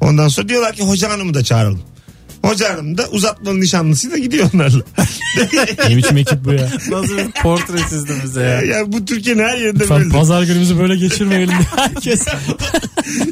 Speaker 2: Ondan sonra diyorlar ki hoca hanımı da çağıralım. Hoca hanım da uzatmanın nişanlısıyla gidiyor onlarla.
Speaker 4: ne biçim ekip bu ya?
Speaker 3: Nasıl bir portre çizdi bize ya.
Speaker 2: ya bu Türkiye'nin her yerinde
Speaker 4: Lütfen
Speaker 2: böyle.
Speaker 4: pazar günümüzü böyle geçirmeyelim diye. Herkes,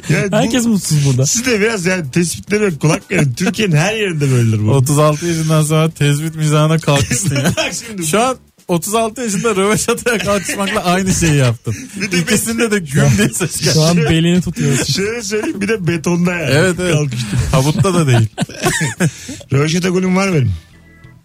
Speaker 2: Yani bu-
Speaker 4: herkes mutsuz burada.
Speaker 2: siz de biraz yani tespitlere kulak verin. Türkiye'nin her yerinde böyledir bu.
Speaker 3: 36 yaşından sonra tezbit mizahına kalkıştın ya.
Speaker 2: Bak şimdi
Speaker 3: Şu an 36 yaşında röveş atarak kalkışmakla aynı şeyi yaptın.
Speaker 2: Bir de
Speaker 3: İkisinde de güm diye ses geldi.
Speaker 4: Şu an belini tutuyoruz.
Speaker 2: şöyle söyleyeyim bir de betonda yani.
Speaker 3: Evet evet.
Speaker 2: Kalkıştım.
Speaker 3: Tabutta da değil.
Speaker 2: Röveşata golüm var benim.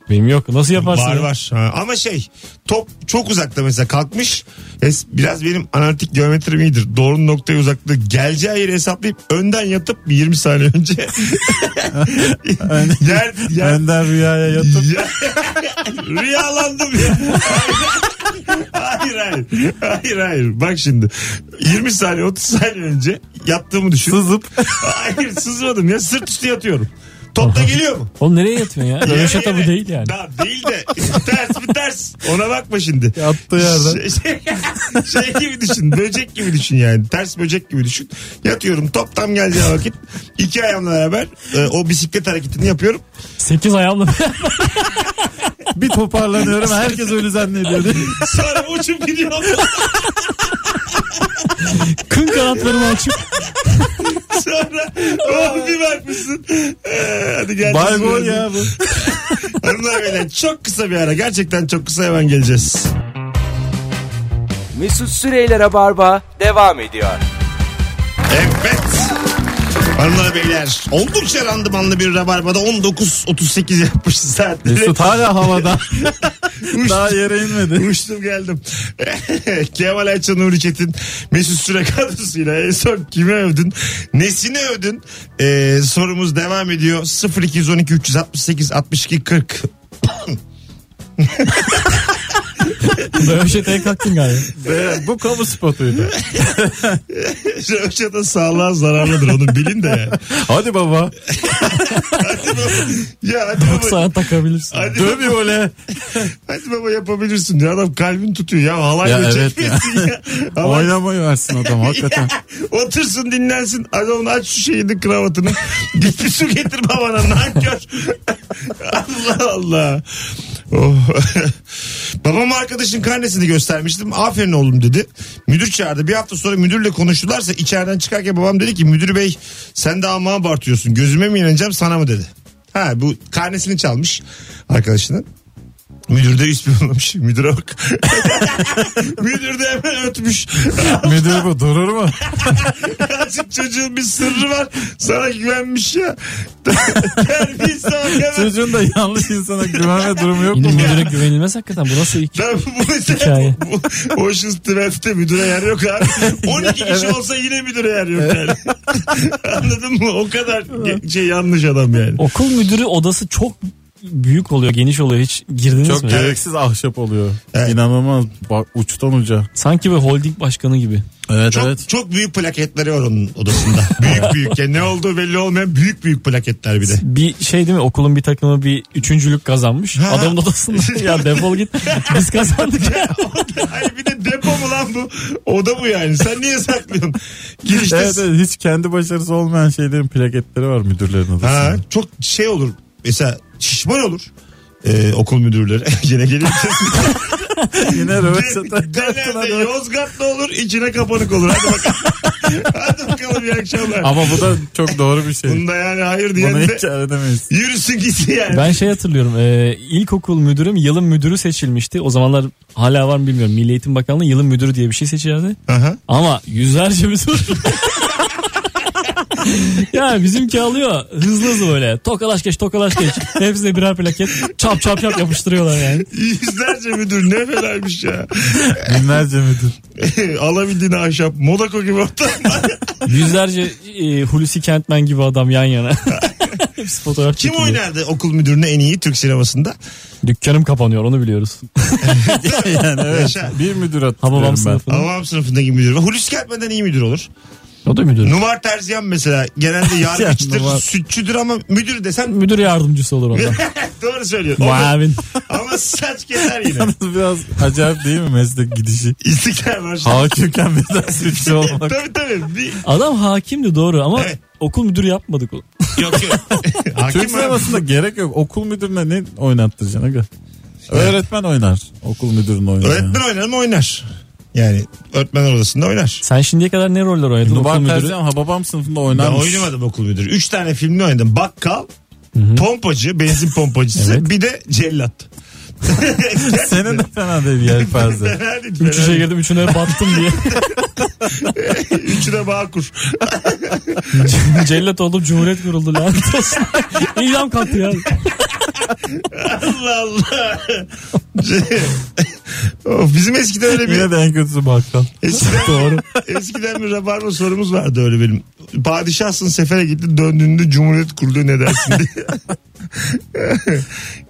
Speaker 4: Benim yok. Nasıl yaparsın?
Speaker 2: Var
Speaker 4: ya?
Speaker 2: var. Ha, ama şey top çok uzakta mesela kalkmış. Es, biraz benim analitik geometrim iyidir. Doğru noktaya uzaklığı geleceği yeri hesaplayıp önden yatıp bir 20 saniye önce yer, yer,
Speaker 3: Önden rüyaya yatıp
Speaker 2: ya- Rüyalandım ya. Hayır hayır. Hayır hayır. Bak şimdi. 20 saniye 30 saniye önce yattığımı düşün.
Speaker 3: sızıp
Speaker 2: Hayır sızmadım ya sırt üstü yatıyorum. Top da geliyor mu?
Speaker 4: Oğlum nereye yatıyorsun ya? Röveşata
Speaker 2: Yere-
Speaker 4: bu değil yani.
Speaker 2: Daha değil de ters bir ters. Ona bakma şimdi.
Speaker 3: yattığı yerden.
Speaker 2: Şey, şey, şey gibi düşün. Böcek gibi düşün yani. Ters böcek gibi düşün. Yatıyorum. Top tam geleceği vakit. iki ayağımla beraber e, o bisiklet hareketini yapıyorum.
Speaker 4: Sekiz ayağımla
Speaker 3: Bir toparlanıyorum herkes öyle zannediyor. değil mi?
Speaker 2: Sonra uçup gidiyorum.
Speaker 4: kın kanatlarımı açıp
Speaker 2: Sonra oh, bir bakmışsın. E, hadi gel.
Speaker 3: Bay gol ya bu.
Speaker 2: Hanımlar beyler çok kısa bir ara. Gerçekten çok kısa hemen geleceğiz.
Speaker 1: Mesut Süreyler'e barba devam ediyor.
Speaker 2: Evet. Hanımlar beyler oldukça randımanlı bir rabarbada 19.38 yapmış saatleri.
Speaker 3: Mesut hala havada. Daha yere inmedi.
Speaker 2: Uçtum geldim. Kemal Ayça Nuri Çetin Mesut Süre kadrosuyla en son kimi övdün? Nesini övdün? Ee, sorumuz devam ediyor. 0212 368 62 40.
Speaker 4: röveşataya kalktın şey galiba.
Speaker 3: Ve bu kamu spotuydu.
Speaker 2: Röveşata sağlığa zararlıdır onu bilin de. yani.
Speaker 3: Hadi baba.
Speaker 2: Ya hadi baba,
Speaker 4: Sana takabilirsin.
Speaker 2: Hadi
Speaker 3: Döv bir gole.
Speaker 2: hadi baba yapabilirsin. Ya adam kalbin tutuyor ya halay
Speaker 3: Ya
Speaker 2: da
Speaker 3: evet ya.
Speaker 2: çekmesin ya. Ama-
Speaker 3: Oynamayı versin adam hakikaten.
Speaker 2: Otursun dinlensin. Adamın aç şu şeyini kravatını. Git bir su getir babana nankör. Allah Allah. Oh. Babam arkadaşın karnesini göstermiştim. Aferin oğlum dedi. Müdür çağırdı. Bir hafta sonra müdürle konuştularsa içeriden çıkarken babam dedi ki müdür bey sen de ama abartıyorsun. Gözüme mi inanacağım sana mı dedi. Ha bu karnesini çalmış arkadaşının. Müdür de ispiyonlamış. Müdüre bak. Müdür de hemen ötmüş.
Speaker 3: Müdür bu durur mu?
Speaker 2: Azıcık çocuğun bir sırrı var. Sana güvenmiş ya. Terbiyesiz bak hemen.
Speaker 3: Çocuğun da yanlış insana güvenme durumu yok mu?
Speaker 4: Yine müdüre güvenilmez hakikaten. Bu nasıl ilk?
Speaker 2: Ben bu mesela
Speaker 4: Hikaye.
Speaker 2: bu, bu Ocean's Twelve'de müdüre yer yok abi. 12 kişi olsa yine müdüre yer yok yani. Anladın mı? O kadar ge- şey yanlış adam yani.
Speaker 4: Okul müdürü odası çok büyük oluyor, geniş oluyor. Hiç girdiniz
Speaker 3: Çok
Speaker 4: mi?
Speaker 3: gereksiz ahşap oluyor.
Speaker 2: Evet.
Speaker 3: İnanılmaz. Bak, uçtan uca.
Speaker 4: Sanki bir holding başkanı gibi.
Speaker 3: Evet
Speaker 2: Çok,
Speaker 3: evet.
Speaker 2: çok büyük plaketleri var onun odasında. büyük büyük. Yani ne olduğu belli olmayan büyük büyük plaketler bir de.
Speaker 4: Bir şey değil mi? Okulun bir takımı bir üçüncülük kazanmış.
Speaker 2: Ha.
Speaker 4: Adamın odasında ya defol git. Biz kazandık.
Speaker 2: Hayır bir de depo mu lan bu? Oda bu yani. Sen niye saklıyorsun? Girişte
Speaker 3: Evet, evet, hiç kendi başarısı olmayan şeylerin plaketleri var müdürlerin odasında.
Speaker 2: Ha, çok şey olur. Mesela şişman olur. Ee, okul müdürleri yine gelir.
Speaker 3: Yine rövet
Speaker 2: De- Denerde Yozgatlı olur içine kapanık olur. Hadi bakalım. Hadi bakalım iyi akşamlar.
Speaker 3: Ama bu da çok doğru bir şey.
Speaker 2: Bunda yani hayır
Speaker 3: Bunu
Speaker 2: diyen de
Speaker 3: hiç edemeyiz.
Speaker 2: yürüsün gitsin yani.
Speaker 4: Ben şey hatırlıyorum. E, ilkokul müdürüm yılın müdürü seçilmişti. O zamanlar hala var mı bilmiyorum. Milli Eğitim Bakanlığı yılın müdürü diye bir şey seçerdi.
Speaker 2: Aha.
Speaker 4: Ama yüzlerce bir soru. ya bizimki alıyor hızlı hızlı böyle tokalaş geç tokalaş geç. Hepsine birer plaket çap çap çap yapıştırıyorlar yani.
Speaker 2: Yüzlerce müdür ne belaymış ya.
Speaker 3: Binlerce müdür.
Speaker 2: Alabildiğini ahşap. Modako gibi ortamda.
Speaker 4: Yüzlerce e, Hulusi Kentmen gibi adam yan yana. Hepsi fotoğraf
Speaker 2: Kim
Speaker 4: çekiliyor.
Speaker 2: oynardı okul müdürünü en iyi Türk sinemasında?
Speaker 4: Dükkanım kapanıyor onu biliyoruz.
Speaker 3: yani evet.
Speaker 2: Yaşa.
Speaker 3: Bir müdür
Speaker 4: Hababam
Speaker 3: hatırlıyorum ben.
Speaker 4: sınıfının.
Speaker 2: Havam sınıfındaki müdür. Hulusi Kentmen'den iyi müdür olur.
Speaker 4: O da müdür.
Speaker 2: Numar Terziyan mesela genelde yargıçtır,
Speaker 3: Numar.
Speaker 2: sütçüdür ama müdür desen
Speaker 4: Müdür yardımcısı olur orada.
Speaker 2: doğru söylüyorsun. O da-
Speaker 4: Muavin.
Speaker 2: ama saç keser yine.
Speaker 3: Yalnız biraz acayip değil mi meslek gidişi?
Speaker 2: İstiklal var.
Speaker 3: Hakimken birden suçlu olmak.
Speaker 2: tabii tabii. Bir,
Speaker 4: Adam hakimdi doğru ama
Speaker 2: Evet.
Speaker 4: okul müdürü yapmadık. o.
Speaker 2: yok yok. Hakim
Speaker 3: Türk
Speaker 2: abi.
Speaker 3: sinemasında gerek yok. Okul müdürüne ne oynattıracaksın? Aga? Öğretmen oynar. Okul müdürünü oynar.
Speaker 2: Öğretmen oynar mı oynar. Yani öğretmen odasında oynar.
Speaker 4: Sen şimdiye kadar ne roller oynadın
Speaker 3: Nubar
Speaker 4: okul müdürü?
Speaker 3: Terzihan Hababam sınıfında
Speaker 2: Ben
Speaker 3: oynarmış.
Speaker 2: oynamadım okul müdürü. Üç tane filmde oynadım. Bakkal, pompacı, benzin pompacısı
Speaker 4: Evet.
Speaker 2: bir de cellat.
Speaker 3: Senin de fena değil yelpaze.
Speaker 2: Fena değil,
Speaker 4: Üç
Speaker 2: fena
Speaker 4: işe
Speaker 2: değil.
Speaker 4: girdim üçüne battım diye.
Speaker 2: Üçü de Bağkur.
Speaker 4: Cellat oldum cumhuriyet kuruldu lanet olsun. İlham kalktı ya.
Speaker 2: Allah Allah. Şey, Of, Bizim eskiden öyle bir
Speaker 3: Yine de en kötüsü bakkal.
Speaker 2: Eskiden,
Speaker 4: Doğru.
Speaker 2: eskiden bir rabarba sorumuz vardı öyle benim. Padişahsın sefere gitti döndüğünde cumhuriyet kurdu ne dersin diye.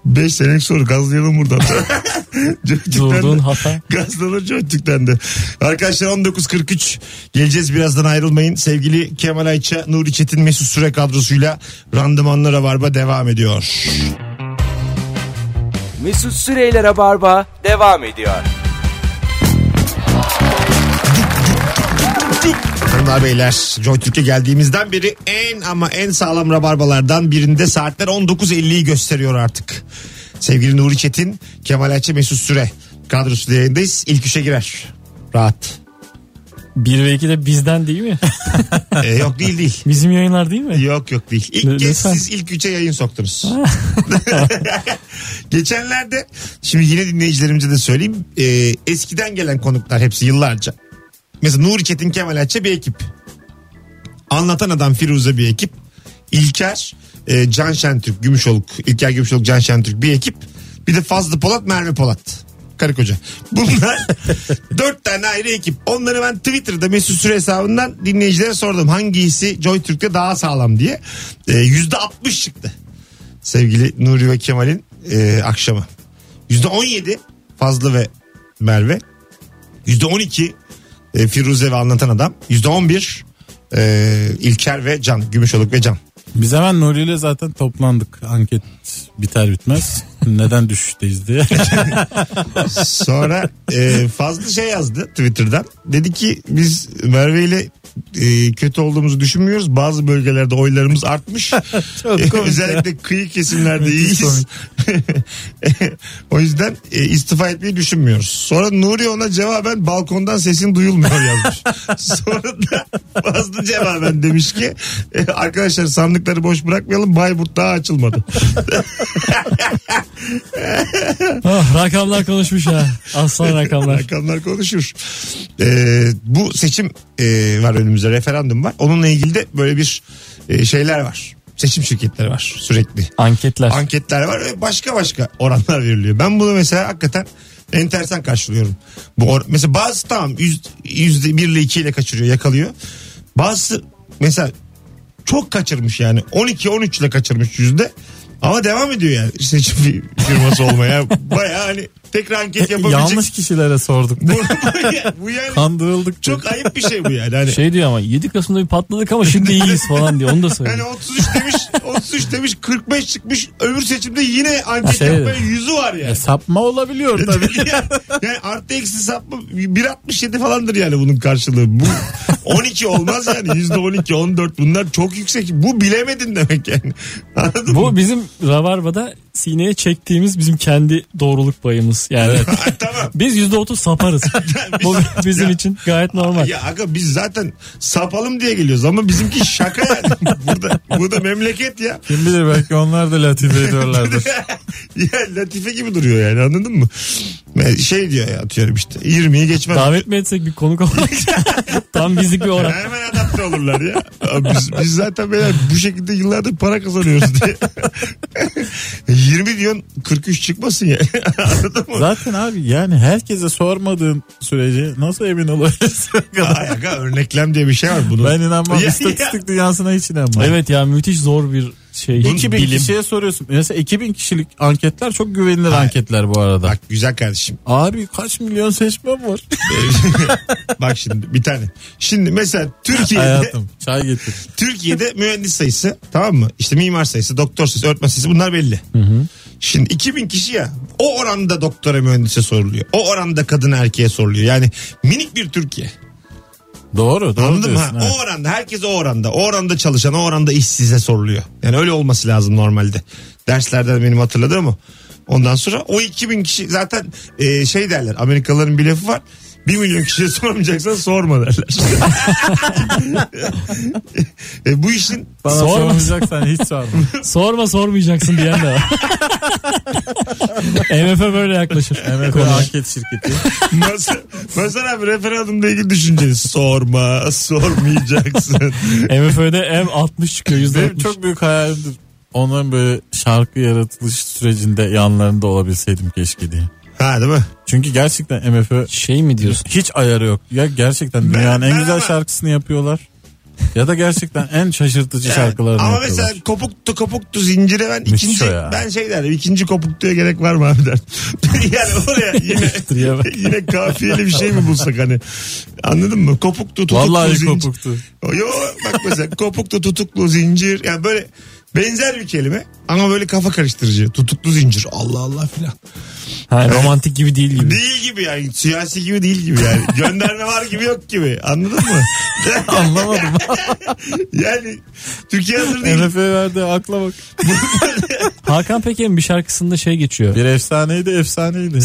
Speaker 2: Beş senelik soru gazlayalım buradan. Çocuktan
Speaker 4: Durduğun
Speaker 2: da-
Speaker 4: hata.
Speaker 2: Gazlanır çocuktan da. Arkadaşlar 19.43 geleceğiz birazdan ayrılmayın. Sevgili Kemal Ayça, Nuri Çetin, Mesut Süre kadrosuyla randımanlı rabarba devam ediyor.
Speaker 1: Mesut Süreyler'e barba devam ediyor.
Speaker 2: Hanımlar beyler Joy Türk'e geldiğimizden beri en ama en sağlam rabarbalardan birinde saatler 19.50'yi gösteriyor artık. Sevgili Nuri Çetin, Kemal Ayça Mesut Süre kadrosu yayındayız. İlk üçe girer. Rahat.
Speaker 4: 1 ve 2 de bizden değil mi?
Speaker 2: Ee, yok değil değil.
Speaker 4: Bizim yayınlar değil mi?
Speaker 2: Yok yok değil. İlk
Speaker 4: L-
Speaker 2: kez
Speaker 4: lütfen.
Speaker 2: siz ilk üçe yayın soktunuz. Geçenlerde şimdi yine dinleyicilerimize de söyleyeyim. Ee, eskiden gelen konuklar hepsi yıllarca. Mesela Nuri Çetin Kemal Ayça bir ekip. Anlatan Adam Firuze bir ekip. İlker, e, Can Şentürk, Gümüşoluk, İlker Gümüşoluk, Can Şentürk bir ekip. Bir de Fazlı Polat, Merve Polat. Karı koca. Bunlar dört tane ayrı ekip. Onları ben Twitter'da Mesut Süre hesabından dinleyicilere sordum. Hangisi Joy Türk'te daha sağlam diye. E, Yüzde altmış çıktı. Sevgili Nuri ve Kemal'in e, akşamı. Yüzde on yedi Fazlı ve Merve. Yüzde on iki e, Firuze ve Anlatan Adam. Yüzde on bir e, İlker ve Can. Gümüşoluk ve Can.
Speaker 3: Biz hemen Nuri ile zaten toplandık. Anket biter bitmez. Neden düşüşteyiz diye.
Speaker 2: Sonra e, fazla şey yazdı Twitter'dan. Dedi ki biz Merve ile e, kötü olduğumuzu düşünmüyoruz. Bazı bölgelerde oylarımız artmış. E, Özellikle kıyı kesimlerde iyiyiz. o yüzden e, istifa etmeyi düşünmüyoruz. Sonra Nuri ona cevaben balkondan sesin duyulmuyor yazmış. Sonra da Fazlı cevaben demiş ki e, arkadaşlar sandıkları boş bırakmayalım Bayburt daha açılmadı.
Speaker 4: Ah, rakamlar konuşmuş ha. Aslan rakamlar.
Speaker 2: Rakamlar konuşur. Ee, bu seçim e, var önümüzde referandum var. Onunla ilgili de böyle bir e, şeyler var. Seçim şirketleri var sürekli.
Speaker 4: Anketler.
Speaker 2: Anketler var ve başka başka oranlar veriliyor. Ben bunu mesela hakikaten enteresan karşılıyorum. Bu or- mesela bazı tamam yüz- yüzde bir ile iki ile kaçırıyor yakalıyor. Bazısı mesela çok kaçırmış yani 12-13 ile kaçırmış yüzde. Ama devam ediyor yani seçim fir- firması olmaya. Baya hani tekrar anket yapabilecek.
Speaker 3: Yanlış kişilere sorduk.
Speaker 2: Bu, bu ya- bu yani
Speaker 3: Kandırıldık.
Speaker 2: çok ayıp bir şey bu yani. Hani,
Speaker 4: Şey diyor ama 7 Kasım'da bir patladık ama şimdi iyiyiz falan diyor. Onu da
Speaker 2: hani
Speaker 4: söylüyor.
Speaker 2: 33 demiş, 33 demiş, 45 çıkmış. Öbür seçimde yine anket
Speaker 4: Şey-
Speaker 2: yapmaya yüzü var yani.
Speaker 3: E, sapma olabiliyor tabii.
Speaker 2: yani, yani artı eksi sapma 1.67 falandır yani bunun karşılığı. Bu 12 olmaz yani. %12, 14 bunlar çok yüksek. Bu bilemedin demek yani. Anladın mı?
Speaker 4: Bu bizim Rabarba'da sineye çektiğimiz bizim kendi doğruluk payımız. Yani
Speaker 2: Ay, tamam.
Speaker 4: biz %30 saparız. Bu bizim için gayet normal.
Speaker 2: Ya aga biz zaten sapalım diye geliyoruz ama bizimki şaka yani. burada, burada memleket ya.
Speaker 3: Kim bilir belki onlar da latife ediyorlardır.
Speaker 2: ya latife gibi duruyor yani anladın mı? Ben Şey diyor ya atıyorum işte 20'yi geçmez.
Speaker 4: Davet mi etsek bir konuk olarak? Tam bizlik bir oran.
Speaker 2: Hemen adapte olurlar ya. Abi Biz, biz zaten beyler bu şekilde yıllardır para kazanıyoruz diye. 20 diyorsun 43 çıkmasın ya. Anladın mı?
Speaker 3: Zaten abi yani herkese sormadığın sürece nasıl emin olabilirsin?
Speaker 2: Ay, aga, örneklem diye bir şey var bunun.
Speaker 3: ben inanmam.
Speaker 2: Ya,
Speaker 3: İstatistik dünyasına hiç inanmam.
Speaker 4: Evet ya müthiş zor bir şey.
Speaker 3: 2000 kişiye soruyorsun. Mesela 2000 kişilik anketler çok güvenilir anketler bu arada.
Speaker 2: Bak güzel kardeşim.
Speaker 3: Abi kaç milyon seçmen var?
Speaker 2: Bak şimdi bir tane. Şimdi mesela Türkiye'de
Speaker 3: Hayatım çay getir.
Speaker 2: Türkiye'de mühendis sayısı tamam mı? İşte mimar sayısı, doktor sayısı, öğretmen sayısı bunlar belli. Şimdi 2000 kişi ya o oranda doktora mühendise soruluyor. O oranda kadın erkeğe soruluyor. Yani minik bir Türkiye.
Speaker 3: Doğru doğru
Speaker 2: Anladın mı?
Speaker 3: diyorsun.
Speaker 2: Ha,
Speaker 3: evet.
Speaker 2: O oranda herkes o oranda. O oranda çalışan, o oranda işsize soruluyor. Yani öyle olması lazım normalde. Derslerden benim hatırladığım o. Ondan sonra o 2000 kişi zaten e, şey derler. Amerikalıların bir lafı var. 1 milyon kişiye sormayacaksan sorma derler. e, bu işin
Speaker 3: Bana
Speaker 4: Sorma.
Speaker 3: sormayacaksan hiç sorma.
Speaker 4: Sorma sormayacaksın diyen de var. MF böyle yaklaşır.
Speaker 3: Evet
Speaker 4: Konuya.
Speaker 3: anket şirketi.
Speaker 2: Mesela, mesela abi referandumla ilgili düşünceniz. Sorma, sormayacaksın.
Speaker 4: MFÖ'de M 60 çıkıyor yüzde
Speaker 3: Benim
Speaker 4: 60.
Speaker 3: çok büyük hayalimdir. Onların böyle şarkı yaratılış sürecinde yanlarında olabilseydim keşke diye.
Speaker 2: ha değil mi?
Speaker 3: Çünkü gerçekten MFÖ
Speaker 4: Şey mi diyorsun?
Speaker 3: hiç ayarı yok. Ya gerçekten dünyanın
Speaker 2: ben
Speaker 3: en güzel
Speaker 2: ama-
Speaker 3: şarkısını yapıyorlar. Ya da gerçekten en şaşırtıcı şarkılarını
Speaker 2: Ama
Speaker 3: yapıyorlar.
Speaker 2: mesela kopuktu kopuktu zincire ben
Speaker 3: Müthiş
Speaker 2: ikinci
Speaker 3: o ya.
Speaker 2: ben şey derdim ikinci kopuktuya gerek var mı abi derdim. yani oraya yine
Speaker 4: ya bak.
Speaker 2: yine kafiyeli bir şey mi bulsak hani anladın mı? Kopuktu tutuklu
Speaker 3: Vallahi
Speaker 2: zincir.
Speaker 3: kopuktu.
Speaker 2: Yo bak mesela kopuktu tutuklu zincir yani böyle benzer bir kelime ama böyle kafa karıştırıcı tutuklu zincir Allah Allah filan.
Speaker 4: Ha, romantik gibi değil gibi.
Speaker 2: Değil gibi yani siyasi gibi değil gibi yani gönderme var gibi yok gibi anladın mı?
Speaker 3: Anlamadım.
Speaker 2: yani Türkiye hazır değil.
Speaker 3: MFÖ verdi akla bak.
Speaker 4: Hakan Peker'in bir şarkısında şey geçiyor.
Speaker 3: Bir efsaneydi efsaneydi.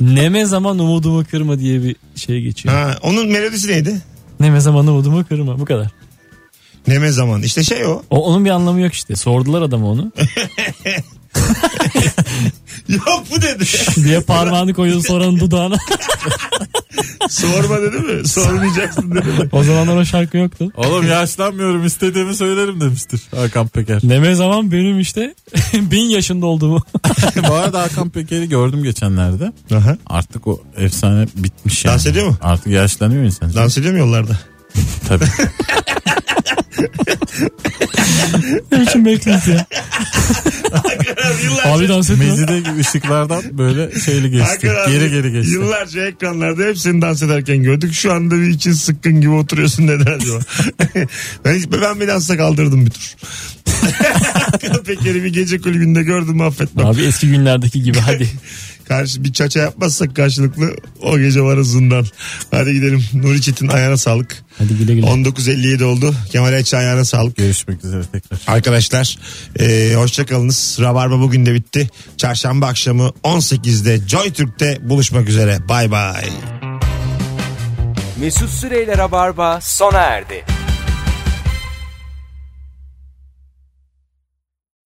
Speaker 4: Neme zaman umudumu kırma diye bir şey geçiyor.
Speaker 2: Ha, onun melodisi neydi?
Speaker 4: Neme zaman umudumu kırma bu kadar.
Speaker 2: Neme zaman. İşte şey o.
Speaker 4: O, onun bir anlamı yok işte. Sordular adama onu.
Speaker 2: Yok bu dedi.
Speaker 4: diye parmağını koyuyor soranın dudağına.
Speaker 2: Sorma dedi mi? Sormayacaksın dedi mi?
Speaker 4: o zamanlar o şarkı yoktu.
Speaker 3: Oğlum yaşlanmıyorum istediğimi söylerim demiştir Hakan Peker.
Speaker 4: Neme zaman benim işte bin yaşında olduğumu.
Speaker 3: Bu arada Hakan Peker'i gördüm geçenlerde.
Speaker 2: Aha.
Speaker 3: Artık o efsane bitmiş yani.
Speaker 2: Dans ediyor mu?
Speaker 3: Artık yaşlanıyor insan.
Speaker 2: Dans ediyor mu yollarda?
Speaker 3: Tabii.
Speaker 4: ne biçim bekliyiz ya.
Speaker 2: yıllarca,
Speaker 4: Abi dans etme.
Speaker 3: Mezide gibi ışıklardan böyle şeyli geçti.
Speaker 2: Hakikaten
Speaker 3: Geri geri geçti.
Speaker 2: Yıllarca ekranlarda hepsini dans ederken gördük. Şu anda bir için sıkkın gibi oturuyorsun neden acaba? ben, ben bir dansa kaldırdım bir tur. Hakan Peker'i bir gece kulübünde gördüm affetmem.
Speaker 4: Abi eski günlerdeki gibi hadi.
Speaker 2: Karşı bir çaça yapmazsak karşılıklı o gece varız zindan. Hadi gidelim. Nuri Çetin ayağına sağlık.
Speaker 4: Hadi güle güle.
Speaker 2: 19.57 oldu. Kemal Ayça ayağına sağlık.
Speaker 3: Görüşmek üzere tekrar.
Speaker 2: Arkadaşlar e, hoşçakalınız. Rabarba bugün de bitti. Çarşamba akşamı 18'de Joy Türk'te buluşmak üzere. Bay bay.
Speaker 1: Mesut Süreyler'e barba sona erdi.